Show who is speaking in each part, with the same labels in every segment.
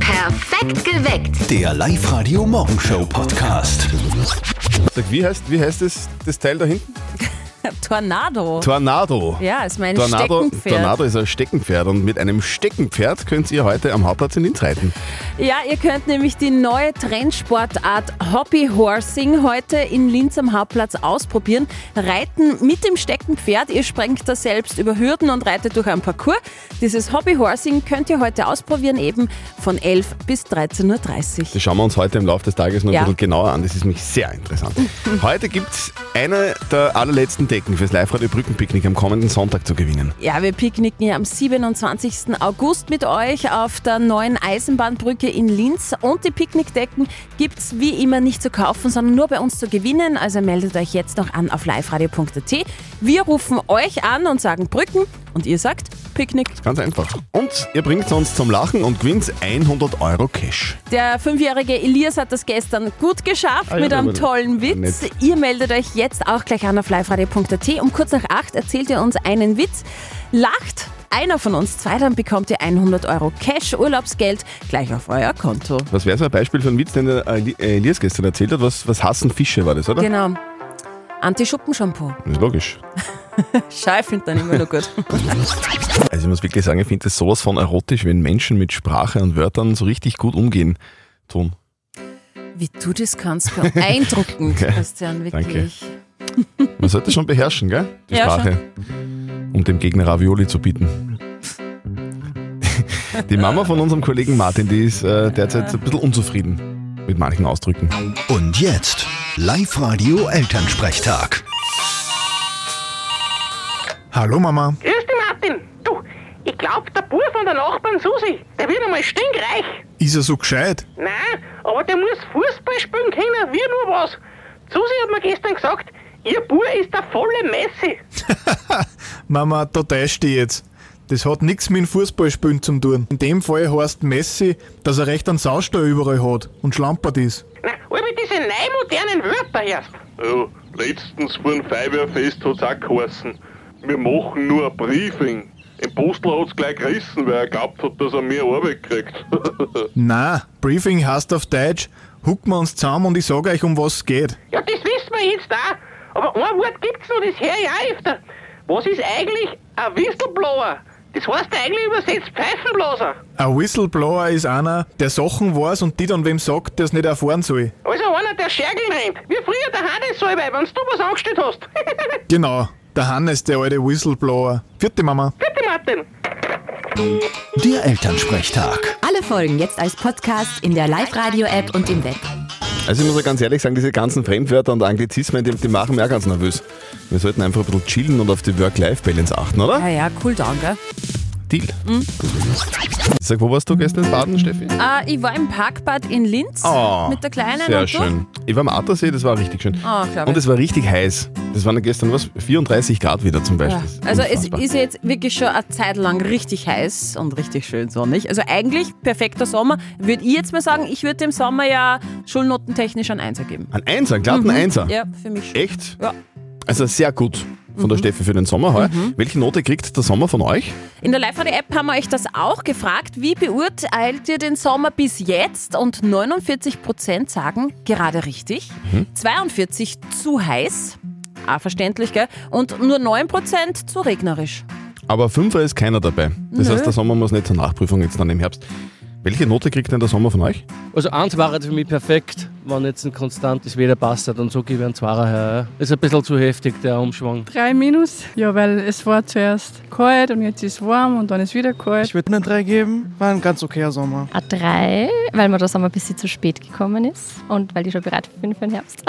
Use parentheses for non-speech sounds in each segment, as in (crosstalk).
Speaker 1: Perfekt geweckt.
Speaker 2: Der Live-Radio Morgenshow Podcast.
Speaker 3: Sag, wie heißt, wie heißt das, das Teil da hinten?
Speaker 4: (laughs) Tornado.
Speaker 3: Tornado.
Speaker 4: ja, ist mein
Speaker 3: Tornado,
Speaker 4: Steckenpferd.
Speaker 3: Tornado ist ein Steckenpferd und mit einem Steckenpferd könnt ihr heute am Hauptplatz in Linz reiten.
Speaker 4: Ja, ihr könnt nämlich die neue Trendsportart Hobby Horsing heute in Linz am Hauptplatz ausprobieren. Reiten mit dem Steckenpferd. Ihr sprengt da selbst über Hürden und reitet durch einen Parcours. Dieses Hobby Horsing könnt ihr heute ausprobieren, eben von 11 bis 13.30 Uhr.
Speaker 3: Das schauen wir uns heute im Laufe des Tages noch
Speaker 4: Ja.
Speaker 3: ein bisschen genauer an. Das ist nämlich sehr interessant.
Speaker 4: (laughs)
Speaker 3: Heute gibt es eine der allerletzten Decken fürs Live-Radio Brückenpicknick am kommenden Sonntag zu gewinnen.
Speaker 4: Ja, wir picknicken ja am 27. August mit euch auf der neuen Eisenbahnbrücke in Linz. Und die Picknickdecken gibt's wie immer nicht zu kaufen, sondern nur bei uns zu gewinnen. Also meldet euch jetzt noch an auf liveradio.at. Wir rufen euch an und sagen Brücken und ihr sagt Picknick.
Speaker 3: Ganz einfach. Und ihr bringt uns zum Lachen und gewinnt 100 Euro Cash.
Speaker 4: Der fünfjährige Elias hat das gestern gut geschafft
Speaker 3: ja,
Speaker 4: mit
Speaker 3: der
Speaker 4: einem
Speaker 3: war- war
Speaker 4: tollen Witz. Ihr meldet euch jetzt auch gleich an auf liveradio.at. Um kurz nach acht erzählt ihr uns einen Witz. Lacht einer von uns zwei, dann bekommt ihr 100 Euro Cash, Urlaubsgeld gleich auf euer Konto.
Speaker 3: Was wäre so ein Beispiel für einen Witz, den der Eli- äh, Elias gestern erzählt hat? Was, was hassen Fische war das, oder?
Speaker 4: Genau. Anti-Schuppenshampoo.
Speaker 3: Das ist logisch.
Speaker 4: Scheifeln dann immer nur gut.
Speaker 3: Also ich muss wirklich sagen, ich finde es sowas von erotisch, wenn Menschen mit Sprache und Wörtern so richtig gut umgehen tun.
Speaker 4: Wie du das kannst, beeindruckend, Christian, wirklich.
Speaker 3: Man sollte schon beherrschen, gell? Die
Speaker 4: Ja,
Speaker 3: Sprache. Um dem Gegner Ravioli zu bieten. Die Mama von unserem Kollegen Martin, die ist äh, derzeit ein bisschen unzufrieden mit manchen Ausdrücken.
Speaker 2: Und jetzt Live-Radio Elternsprechtag.
Speaker 5: Hallo Mama.
Speaker 6: Grüß dich, Martin. Du, ich glaub, der Bub von der Nachbarn Susi, der wird einmal stinkreich.
Speaker 5: Ist er so gescheit?
Speaker 6: Nein, aber der muss Fußball spielen können, wie nur was. Susi hat mir gestern gesagt, ihr Bub ist der volle Messi.
Speaker 5: Mama, da täuscht dich jetzt. Das hat nichts mit dem Fußballspielen zu tun. In dem Fall heißt Messi, dass er recht einen Saustall überall hat und schlampert ist.
Speaker 6: Na, ob ich diese neumodernen Wörter erst.
Speaker 7: Ja, letztens vor dem Feuerwehrfest hat's auch geheißen, wir machen nur ein Briefing. Im Postler hat's gleich gerissen, weil er glaubt hat, dass er mehr Arbeit kriegt. (laughs)
Speaker 5: Na, Briefing heißt auf Deutsch, hucken wir uns zusammen und ich sag euch, um was es geht.
Speaker 6: Ja, das wissen wir jetzt auch. Aber ein Wort gibt's noch, das höre ich auch öfter. Was ist eigentlich ein Whistleblower? Das heißt eigentlich übersetzt Pfeifenblaser.
Speaker 5: Ein Whistleblower ist einer, der Sachen weiß und die dann wem sagt, der's nicht erfahren soll.
Speaker 6: Also einer, der Schergeln rennt. Wie früher der Hannes Salbei, wenn du was angestellt hast. (laughs)
Speaker 5: Genau, der Hannes, der alte Whistleblower. Vierte Mama.
Speaker 6: Bitte, Martin.
Speaker 2: Der Elternsprechtag.
Speaker 8: Alle Folgen jetzt als Podcast in der Live-Radio-App und im Web.
Speaker 3: Also ich muss ja ganz ehrlich sagen, diese ganzen Fremdwörter und Anglizismen, die, die machen mich auch ganz nervös. Wir sollten einfach ein bisschen chillen und auf die Work-Life-Balance achten, oder?
Speaker 4: Ah Ja, Mhm. ja, cool down, gell?
Speaker 3: Deal. Sag, wo warst du gestern in Baden, Steffi?
Speaker 4: Äh, ich war im Parkbad in Linz
Speaker 3: Oh,
Speaker 4: mit der Kleinen
Speaker 3: Sehr
Speaker 4: und du?
Speaker 3: schön. Ich war am Attersee, das war richtig schön.
Speaker 4: Ah, glaub ich.
Speaker 3: und es war richtig heiß. Das waren gestern was? 34 Grad wieder zum Beispiel.
Speaker 4: Ja.
Speaker 3: Das ist
Speaker 4: Also es
Speaker 3: unfassbar.
Speaker 4: ist jetzt wirklich schon eine Zeit lang richtig heiß und richtig schön sonnig. Also eigentlich perfekter Sommer. Würde ich jetzt mal sagen, ich würde dem Sommer ja schulnotentechnisch einen Einser geben.
Speaker 3: Ein Einser, einen glatten Einser.
Speaker 4: Mhm.
Speaker 3: Eh.
Speaker 4: Ja, für mich schon.
Speaker 3: Echt?
Speaker 4: Ja. Mhm.
Speaker 3: Also sehr gut von der Steffi für den Sommer heuer. Welche Note kriegt der Sommer von euch?
Speaker 4: In der Live-Radio-App haben wir euch das auch gefragt. Wie beurteilt ihr den Sommer bis jetzt? Und 49% sagen gerade richtig,
Speaker 3: Mhm.
Speaker 4: 42% zu heiß, ah, verständlich, gell? Und nur 9% zu regnerisch.
Speaker 3: Aber Fünfer ist keiner dabei. Das
Speaker 4: Nö.
Speaker 3: heißt, der Sommer muss nicht zur Nachprüfung jetzt dann im Herbst. Welche Note kriegt denn der Sommer von euch?
Speaker 9: Also eins war jetzt für mich perfekt, wenn jetzt ein konstantes Wetter passt und so gebe ich einen Zwarer her. Ist ein bisschen zu heftig, der Umschwung.
Speaker 10: Drei Minus? Ja, weil es war zuerst kalt und jetzt ist warm und dann ist wieder kalt.
Speaker 11: Ich würde einen 3 geben. War ein ganz okayer Sommer.
Speaker 8: A3, weil mir der Sommer ein bisschen zu spät gekommen ist und weil ich schon bereit bin für den Herbst.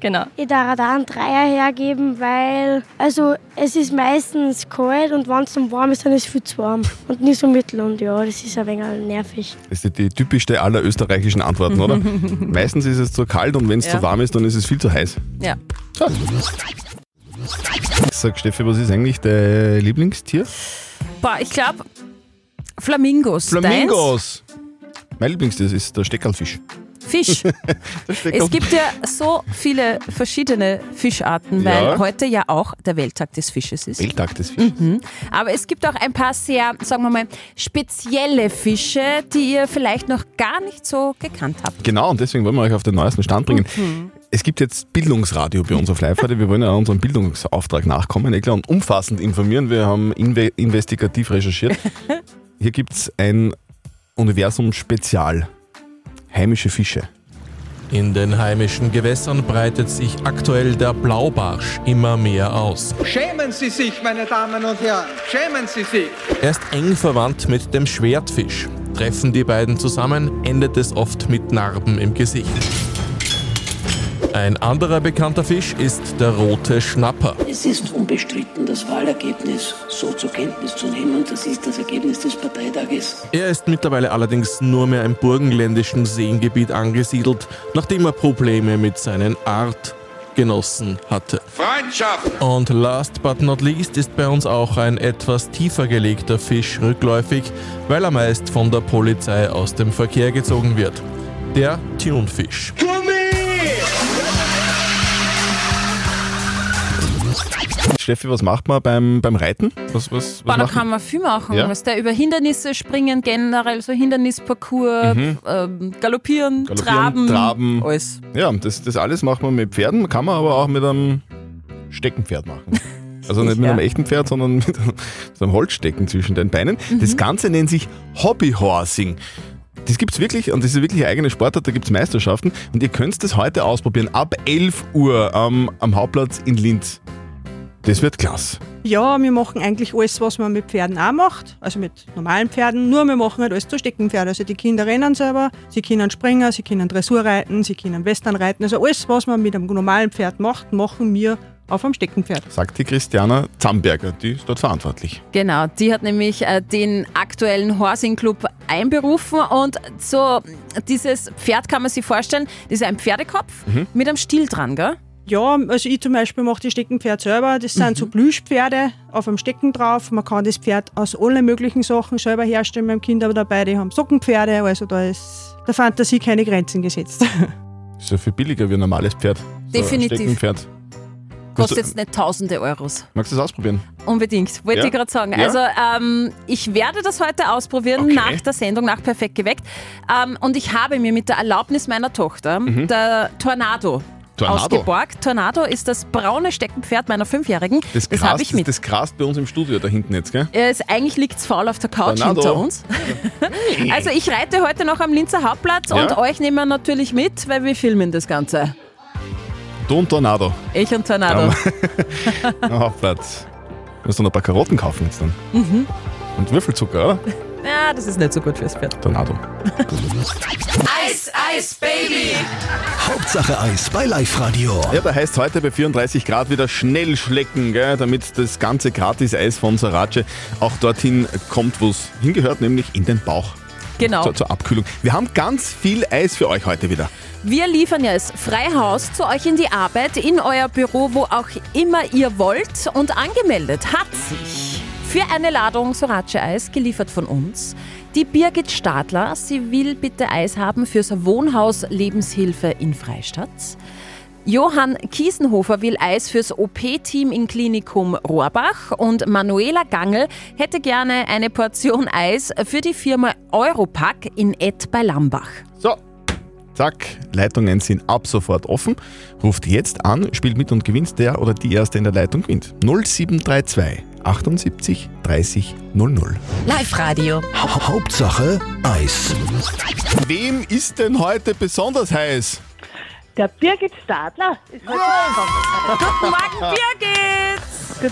Speaker 8: genau.
Speaker 10: Ich darf da einen Dreier hergeben, weil also es ist meistens kalt und wenn es dann warm ist, dann ist es viel zu warm und nicht so mittel und ja, das ist ein wenig nervig.
Speaker 3: Das ist die, die typischste aller österreichischen Antworten,
Speaker 4: (laughs)
Speaker 3: oder? Meistens ist es zu kalt und wenn es
Speaker 4: Ja.
Speaker 3: zu warm ist, dann ist es viel zu heiß.
Speaker 4: Ja.
Speaker 3: Sag Steffi, was ist eigentlich dein Lieblingstier?
Speaker 4: Boah, ich glaube, Flamingos. Deins?
Speaker 3: Flamingos. Mein Lieblingstier ist der Steckerlfisch. (laughs)
Speaker 4: Fisch.
Speaker 3: steckt
Speaker 4: es
Speaker 3: auf-
Speaker 4: gibt ja so viele verschiedene Fischarten, weil
Speaker 3: Ja.
Speaker 4: heute ja auch der Welttag des Fisches ist.
Speaker 3: Welttag des Fisches.
Speaker 4: Mhm. Aber es gibt auch ein paar sehr, sagen wir mal, spezielle Fische, die ihr vielleicht noch gar nicht so gekannt habt.
Speaker 3: Genau, und deswegen wollen wir euch auf den neuesten Stand bringen. Es gibt jetzt Bildungsradio bei uns auf live heute. Wir wollen ja unserem Bildungsauftrag nachkommen, eh klar, und umfassend informieren. Wir haben inve investigativ recherchiert. Hier gibt es ein Universum-Spezial. Heimische Fische.
Speaker 1: In den heimischen Gewässern breitet sich aktuell der Blaubarsch immer mehr aus.
Speaker 12: Schämen Sie sich, meine Damen und Herren, schämen Sie sich.
Speaker 1: Er ist eng verwandt mit dem Schwertfisch. Treffen die beiden zusammen, endet es oft mit Narben im Gesicht. Ein anderer bekannter Fisch ist der rote Schnapper.
Speaker 13: Es ist unbestritten, das Wahlergebnis so zur Kenntnis zu nehmen. Das ist das Ergebnis des Parteitages.
Speaker 1: Er ist mittlerweile allerdings nur mehr im burgenländischen Seengebiet angesiedelt, nachdem er Probleme mit seinen Artgenossen hatte.
Speaker 14: Freundschaft!
Speaker 1: Und last but not least ist bei uns auch ein etwas tiefer gelegter Fisch rückläufig, weil er meist von der Polizei aus dem Verkehr gezogen wird. Der Thunfisch.
Speaker 3: Steffi, was macht man beim, beim Reiten? Was, was, was
Speaker 4: Boah, da
Speaker 3: macht
Speaker 4: kann man viel machen.
Speaker 3: Ja.
Speaker 4: Was der über Hindernisse springen, generell so Hindernisparcours,
Speaker 3: Mhm.
Speaker 4: ähm, galoppieren,
Speaker 3: Galoppieren,
Speaker 4: traben.
Speaker 3: Traben.
Speaker 4: Alles.
Speaker 3: Ja, das, das alles macht man mit Pferden, kann man aber auch mit einem Steckenpferd machen.
Speaker 4: (laughs)
Speaker 3: Also nicht mit
Speaker 4: Ja.
Speaker 3: einem echten Pferd, sondern (laughs) mit einem, so einem Holzstecken zwischen den Beinen.
Speaker 4: Mhm.
Speaker 3: Das Ganze nennt sich Hobbyhorsing. Das gibt's wirklich und das ist wirklich eine eigene Sportart, da gibt's Meisterschaften und ihr könnt das heute ausprobieren ab 11 Uhr am- am Hauptplatz in Linz. Das wird klasse.
Speaker 15: Ja, wir machen eigentlich alles, was man mit Pferden auch macht, also mit normalen Pferden, nur wir machen halt alles zu Steckenpferd. Also die Kinder rennen selber, sie können springen, sie können Dressur reiten, sie können Western reiten. Also alles, was man mit einem normalen Pferd macht, machen wir auf einem Steckenpferd.
Speaker 3: Sagt die Christiana Zamberger, die ist dort verantwortlich.
Speaker 4: Genau, die hat nämlich äh, den aktuellen Horsing Club einberufen und so dieses Pferd kann man sich vorstellen, das ist ein Pferdekopf
Speaker 15: Mhm.
Speaker 4: mit einem Stiel dran, gell?
Speaker 15: Ja, also ich zum Beispiel mache die Steckenpferd selber. Das sind
Speaker 16: Mhm.
Speaker 15: so Plüschpferde auf einem Stecken drauf. Man kann das Pferd aus allen möglichen Sachen selber herstellen beim Kind, aber dabei, die haben Sockenpferde, also da ist der Fantasie keine Grenzen gesetzt. (laughs)
Speaker 3: Ist ja viel billiger wie ein normales Pferd. ein
Speaker 4: Definitiv.
Speaker 3: Steckenpferd.
Speaker 4: Kostet
Speaker 3: Magst
Speaker 4: jetzt nicht tausende Euros.
Speaker 3: du- Magst du das ausprobieren?
Speaker 4: Unbedingt, wollte
Speaker 3: Ja?
Speaker 4: ich gerade sagen.
Speaker 3: Ja?
Speaker 4: Also ähm, ich werde das heute ausprobieren nach der Sendung, nach Perfekt geweckt. Ähm, und ich habe mir mit der Erlaubnis meiner Tochter
Speaker 17: Mhm.
Speaker 4: der Tornado,
Speaker 3: Tornado?
Speaker 4: ausgeborgt. Tornado ist das braune Steckenpferd meiner Fünfjährigen.
Speaker 3: Das,
Speaker 4: das
Speaker 3: krast,
Speaker 4: habe ich mit.
Speaker 3: das krast bei uns im Studio da hinten jetzt, gell?
Speaker 4: Ja, Es, eigentlich liegt es faul auf der Couch
Speaker 3: Tornado.
Speaker 4: hinter uns. Also ich reite heute noch am Linzer Hauptplatz
Speaker 3: Ja.
Speaker 4: und euch nehmen wir natürlich mit, weil wir filmen das Ganze.
Speaker 3: Du und Tornado.
Speaker 4: Ich und Tornado.
Speaker 3: Am Hauptplatz. Du musst du noch ein paar Karotten kaufen jetzt dann.
Speaker 4: Mhm.
Speaker 3: Und Würfelzucker, oder?
Speaker 4: Ja, das ist nicht so gut fürs Pferd.
Speaker 3: Tornado.
Speaker 4: Eis, Eis, Baby!
Speaker 3: Hauptsache Eis bei Live Radio. Ja, da heißt heute bei 34 Grad wieder schnell schlecken, gell, damit das ganze Gratis-Eis von Sarace auch dorthin kommt, wo es hingehört, nämlich in den Bauch.
Speaker 4: Genau.
Speaker 3: Zur, zur Abkühlung. Wir haben ganz viel Eis für euch heute wieder.
Speaker 4: Wir liefern ja es frei Haus zu euch in die Arbeit, in euer Büro, wo auch immer ihr wollt. Und angemeldet hat sich für eine Ladung Sorace-Eis, geliefert von uns, die Birgit Stadler. Sie will bitte Eis haben fürs Wohnhaus Lebenshilfe in Freistadt. Johann Kiesenhofer will Eis fürs OP-Team im Klinikum Rohrbach und Manuela Gangel hätte gerne eine Portion Eis für die Firma Europack in Ett bei Lambach.
Speaker 3: So, Zack, Leitungen sind ab sofort offen. Ruft jetzt an, spielt mit und gewinnt der oder die Erste in der Leitung gewinnt. 0732 78 30 00.
Speaker 18: Live Radio.
Speaker 3: Hauptsache Eis. Wem ist denn heute besonders heiß?
Speaker 16: Der Birgit Stadler ist heute gekommen.
Speaker 4: Guten
Speaker 3: (laughs)
Speaker 4: Morgen, Birgit!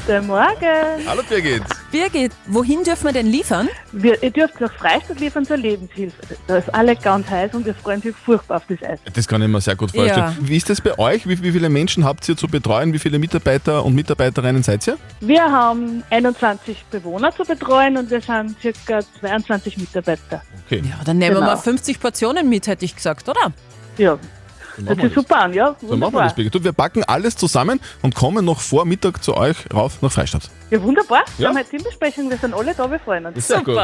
Speaker 16: Guten Morgen!
Speaker 3: Hallo Birgit.
Speaker 4: Birgit, wohin dürfen wir denn liefern?
Speaker 16: Wir, ihr dürft nach Freistadt liefern zur Lebenshilfe. Da ist alle ganz heiß und wir freuen sich furchtbar auf das Eis.
Speaker 3: Das kann ich mir sehr gut vorstellen.
Speaker 16: Ja.
Speaker 3: Wie ist das bei euch? Wie, wie viele Menschen habt ihr zu betreuen? Wie viele Mitarbeiter und Mitarbeiterinnen seid ihr?
Speaker 16: Wir haben 21 Bewohner zu betreuen und wir sind circa 22 Mitarbeiter.
Speaker 3: Okay.
Speaker 4: Ja, dann nehmen wir
Speaker 16: Genau.
Speaker 4: mal 50 Portionen mit, hätte ich gesagt, oder?
Speaker 16: Ja.
Speaker 3: Dann
Speaker 16: Hört
Speaker 3: machen
Speaker 16: sich
Speaker 3: wir das.
Speaker 16: super an, ja?
Speaker 3: So machen wir
Speaker 16: Wunderbar.
Speaker 3: das, Birgit. Du, wir packen alles zusammen und kommen noch vor Mittag zu euch rauf nach Freistadt.
Speaker 16: Ja, wunderbar.
Speaker 3: Ja.
Speaker 16: Wir haben heute Teambesprechung, wir sind alle da, wir freuen uns.
Speaker 3: Ist sehr gut.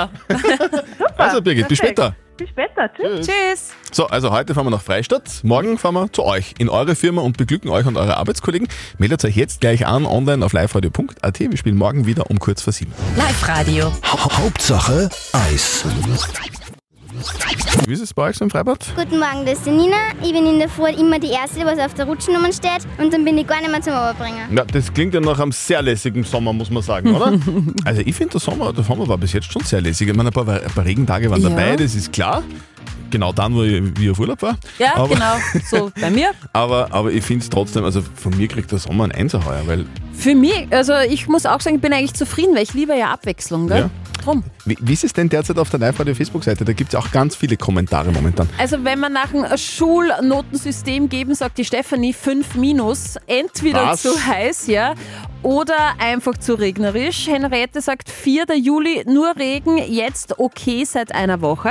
Speaker 3: Also Birgit, bis
Speaker 16: perfekt.
Speaker 3: später.
Speaker 16: Bis später. Tschüss. Tschüss.
Speaker 3: So, also heute fahren wir nach Freistadt, morgen fahren wir zu euch in eure Firma und beglücken euch und eure Arbeitskollegen. Meldet euch jetzt gleich an online auf liveradio.at. Wir spielen morgen wieder um kurz vor sieben.
Speaker 14: Live Radio.
Speaker 2: Hauptsache Eis.
Speaker 3: Wie ist es bei euch so im Freibad?
Speaker 17: Guten Morgen, das ist die Nina. Ich bin in der Früh immer die Erste, was auf der Rutschennummer steht und dann bin ich gar nicht mehr zum Oberbringen.
Speaker 3: Na, das klingt ja nach einem sehr lässigen Sommer, muss man
Speaker 17: (laughs)
Speaker 3: sagen, oder? also ich finde, der Sommer, der Sommer war bis jetzt schon sehr lässig. Ich meine, ein paar, ein paar Regentage waren
Speaker 4: Ja.
Speaker 3: dabei, das ist klar. Genau dann, wo ich, wie ich auf Urlaub war.
Speaker 4: Ja,
Speaker 3: aber,
Speaker 4: genau. So bei mir.
Speaker 3: Aber, aber ich finde es trotzdem, also von mir kriegt der Sommer ein Einser heuer, weil
Speaker 4: Für mich, also ich muss auch sagen, ich bin eigentlich zufrieden, weil ich liebe ja Abwechslung, gell?
Speaker 3: Ja.
Speaker 4: Drum.
Speaker 3: Wie, wie ist es denn derzeit auf der Live-Radio-Facebook-Seite? Da gibt es auch ganz viele Kommentare momentan.
Speaker 4: Also wenn man nach dem Schulnotensystem geben, sagt die Stefanie 5 minus, entweder
Speaker 3: Was?
Speaker 4: zu heiß, ja, oder einfach zu regnerisch. Henriette sagt 4. Juli, nur Regen, jetzt okay seit einer Woche.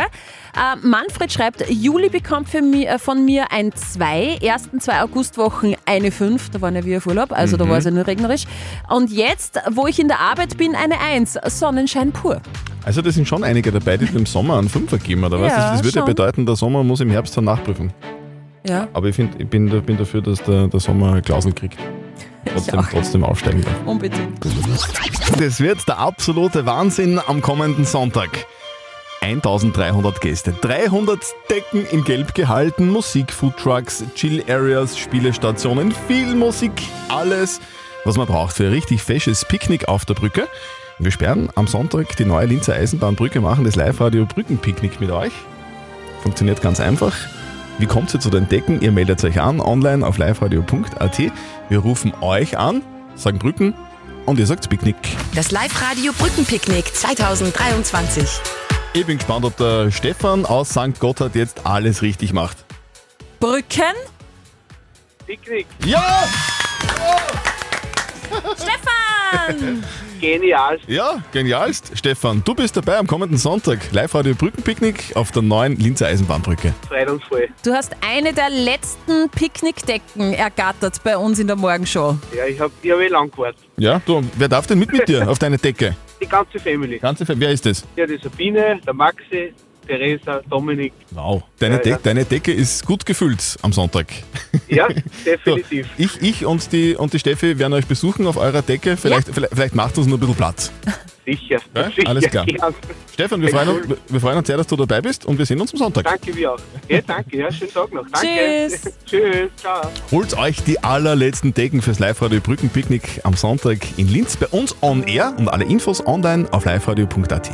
Speaker 4: Äh, Manfred schreibt, Juli bekommt für mi- äh, von mir ein 2, ersten zwei Augustwochen eine 5, da waren ja wir auf Urlaub, also da
Speaker 3: Mhm.
Speaker 4: war es ja nur regnerisch. Und jetzt, wo ich in der Arbeit bin, eine 1, Sonnenschein pur.
Speaker 3: Also da sind schon einige dabei, die dem Sommer einen Fünfer geben, oder was?
Speaker 4: Ja,
Speaker 3: das das würde ja
Speaker 4: schon.
Speaker 3: bedeuten, der Sommer muss im Herbst dann nachprüfen.
Speaker 4: Ja.
Speaker 3: Aber ich, find, ich bin, da- bin dafür, dass der, der Sommer Klausel kriegt. Trotzdem, trotzdem aufsteigen darf.
Speaker 4: Unbedingt.
Speaker 3: Das wird der absolute Wahnsinn am kommenden Sonntag. 1300 Gäste, 300 Decken in Gelb gehalten, Musik, Foodtrucks, Chill-Areas, Spielestationen, viel Musik, alles, was man braucht für ein richtig fesches Picknick auf der Brücke. Wir sperren am Sonntag die neue Linzer Eisenbahnbrücke, machen das Live-Radio Brückenpicknick mit euch. Funktioniert ganz einfach. Wie kommt ihr zu den Decken? Ihr meldet euch an online auf liveradio.at. Wir rufen euch an, sagen Brücken und ihr sagt Picknick.
Speaker 14: Das Live-Radio Brückenpicknick 2023.
Speaker 3: Ich bin gespannt, ob der Stefan aus St. Gotthard jetzt alles richtig macht.
Speaker 4: Brücken?
Speaker 6: Picknick.
Speaker 3: Ja!
Speaker 4: Stefan!
Speaker 6: Genial.
Speaker 3: Ja, genialst. Stefan, du bist dabei am kommenden Sonntag. Live-Radio Brückenpicknick auf der neuen Linzer Eisenbahnbrücke.
Speaker 6: Freut uns voll.
Speaker 4: Du hast eine der letzten Picknickdecken ergattert bei uns in der Morgenshow.
Speaker 6: Ja, ich habe ich hab eh lang gewartet.
Speaker 3: Ja, du, wer darf denn mit mit dir auf deine
Speaker 6: (laughs)
Speaker 3: Decke?
Speaker 6: Die ganze Family.
Speaker 3: Ganze Fa- Wer ist das?
Speaker 6: Ja, die Sabine, der Maxi, Theresa, Dominik.
Speaker 3: Wow. Deine,
Speaker 6: Ja,
Speaker 3: De
Speaker 6: ja.
Speaker 3: deine Decke ist gut gefüllt am Sonntag. (laughs)
Speaker 6: Ja, definitiv.
Speaker 3: Ich, ich und, die, und die Steffi werden euch besuchen auf eurer Decke. Vielleicht, vielleicht, vielleicht macht uns nur ein bisschen Platz.
Speaker 6: Sicher.
Speaker 3: Ja,
Speaker 6: sicher.
Speaker 3: alles klar.
Speaker 6: gern.
Speaker 3: Stefan, wir freuen,
Speaker 6: Cool.
Speaker 3: uns, wir freuen uns sehr, dass du dabei bist und wir sehen uns am Sonntag.
Speaker 6: Danke, wir auch. Ja, danke. Ja, schönen Tag noch. Danke.
Speaker 4: Tschüss.
Speaker 6: (laughs) Tschüss. Ciao.
Speaker 3: Holt euch die allerletzten Decken fürs Live-Radio Brückenpicknick am Sonntag in Linz bei uns on air und alle Infos online auf liveradio.at.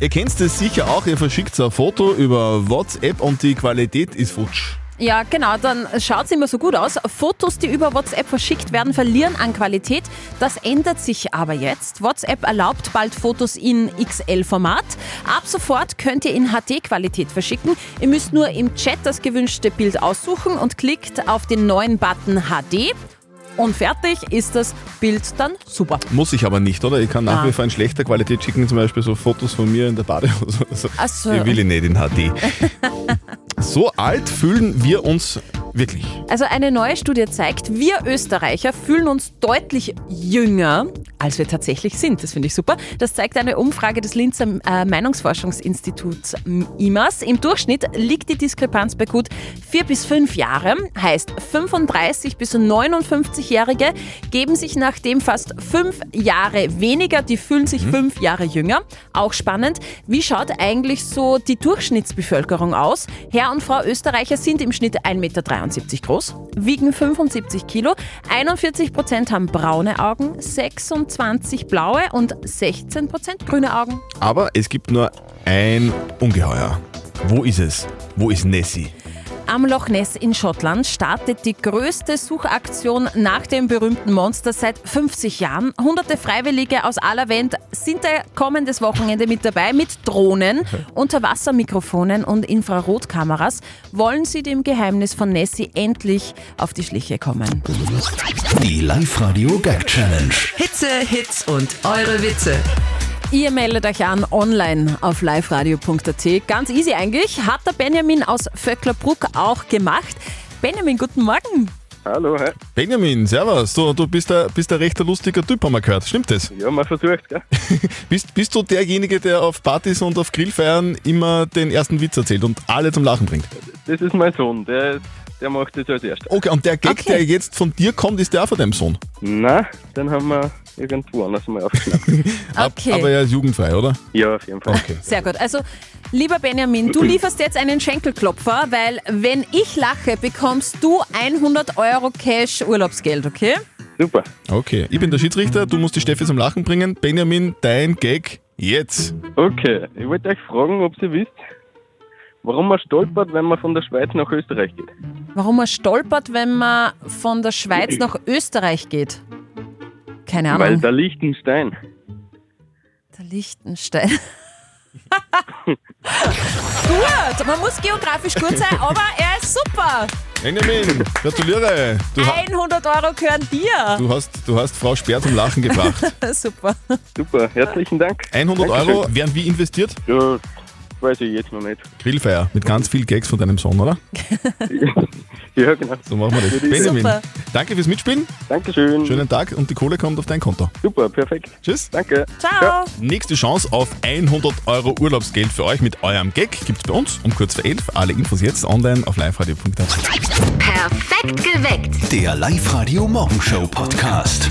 Speaker 3: Ihr kennt es sicher auch, ihr verschickt ein Foto über WhatsApp und die Qualität ist futsch.
Speaker 4: Ja, genau, dann schaut es immer so gut aus. Fotos, die über WhatsApp verschickt werden, verlieren an Qualität. Das ändert sich aber jetzt. WhatsApp erlaubt bald Fotos in XL-Format. Ab sofort könnt ihr in HD-Qualität verschicken. Ihr müsst nur im Chat das gewünschte Bild aussuchen und klickt auf den neuen Button HD. Und fertig ist das Bild dann super.
Speaker 3: Muss ich aber nicht, oder? Ich kann nach
Speaker 4: Ah.
Speaker 3: wie vor in schlechter Qualität schicken, zum Beispiel so Fotos von mir in der Badehose oder so.
Speaker 4: Ach so.
Speaker 3: Ich will ihn nicht in
Speaker 4: (laughs)
Speaker 3: HD. so alt fühlen wir uns wirklich.
Speaker 4: Also eine neue Studie zeigt, wir Österreicher fühlen uns deutlich jünger, als wir tatsächlich sind. Das finde ich super. Das zeigt eine Umfrage des Linzer äh, Meinungsforschungsinstituts m, IMAS. Im Durchschnitt liegt die Diskrepanz bei gut vier bis fünf Jahren. Heißt, 35 bis 59-Jährige geben sich nachdem fast fünf Jahre weniger, die fühlen sich fünf Jahre jünger. Auch spannend, wie schaut eigentlich so die Durchschnittsbevölkerung aus? Herr und Frau Österreicher sind im Schnitt 1,73 Meter groß, wiegen 75 Kilo, 41 Prozent haben braune Augen, 26 blaue und 16 Prozent grüne Augen.
Speaker 3: Aber es gibt nur ein Ungeheuer. Wo ist es? Wo ist Nessie?
Speaker 4: Am Loch Ness in Schottland startet die größte Suchaktion nach dem berühmten Monster seit 50 Jahren. Hunderte Freiwillige aus aller Welt sind da kommendes Wochenende mit dabei. Mit Drohnen, Unterwassermikrofonen und Infrarotkameras wollen sie dem Geheimnis von Nessie endlich auf die Schliche kommen.
Speaker 2: Die Live-Radio Gag Challenge.
Speaker 14: Hitze, Hits und eure Witze.
Speaker 4: Ihr meldet euch an online auf liveradio.at. Ganz easy eigentlich. Hat der Benjamin aus Vöcklerbruck auch gemacht. Benjamin, guten Morgen.
Speaker 6: Hallo, hi.
Speaker 3: Benjamin, servus. Du, du bist, ein, bist ein rechter lustiger Typ, haben wir gehört. Stimmt das?
Speaker 6: Ja, mal versucht, gell?
Speaker 3: Bist, bist du derjenige, der auf Partys und auf Grillfeiern immer den ersten Witz erzählt und alle zum Lachen bringt?
Speaker 6: Das ist mein Sohn, der, der macht das als erstes.
Speaker 3: Okay, und der Gag, der jetzt von dir kommt, ist der auch von deinem Sohn?
Speaker 6: Nein, den haben wir irgendwo anders mal aufgeschnappt.
Speaker 4: Okay.
Speaker 3: Aber er ist jugendfrei, oder?
Speaker 6: Ja, auf jeden Fall.
Speaker 3: Okay.
Speaker 4: Sehr gut. Also, lieber Benjamin, du lieferst jetzt einen Schenkelklopfer, weil wenn ich lache, bekommst du 100 Euro Cash Urlaubsgeld, okay?
Speaker 6: Super.
Speaker 3: Okay, ich bin der Schiedsrichter, du musst die Steffi zum Lachen bringen. Benjamin, dein Gag jetzt.
Speaker 6: Okay, ich wollte euch fragen, ob ihr wisst, warum man stolpert, wenn man von der Schweiz nach Österreich geht.
Speaker 4: Warum man stolpert, wenn man von der Schweiz nach Österreich geht? Keine Ahnung.
Speaker 6: Weil da liegt ein Stein.
Speaker 4: Der Liechtenstein. (laughs) gut, man muss geografisch gut sein, aber er ist super.
Speaker 3: Benjamin, gratuliere. Du, ha
Speaker 4: 100 Euro gehören dir.
Speaker 3: du, hast, du hast Frau Speer zum Lachen gebracht. (laughs)
Speaker 4: super.
Speaker 6: Super, herzlichen Dank.
Speaker 3: 100
Speaker 6: Dankeschön.
Speaker 3: Euro werden wie investiert?
Speaker 6: Ja, weiß ich jetzt noch nicht.
Speaker 3: Grillfeier mit ganz viel Gags von deinem Sohn, oder?
Speaker 6: Ja, genau.
Speaker 3: So machen wir das.
Speaker 6: Super.
Speaker 3: Benjamin, danke fürs Mitspielen.
Speaker 6: Dankeschön.
Speaker 3: Schönen Tag und die Kohle kommt auf dein Konto.
Speaker 6: Super, perfekt.
Speaker 3: Tschüss.
Speaker 6: Danke.
Speaker 4: Ciao.
Speaker 3: Nächste Chance auf 100 Euro Urlaubsgeld für euch mit eurem Gag gibt's bei uns um kurz vor 11. Alle Infos jetzt online auf liveradio.at.
Speaker 14: Perfekt geweckt.
Speaker 2: Der Live-Radio Morgenshow Podcast.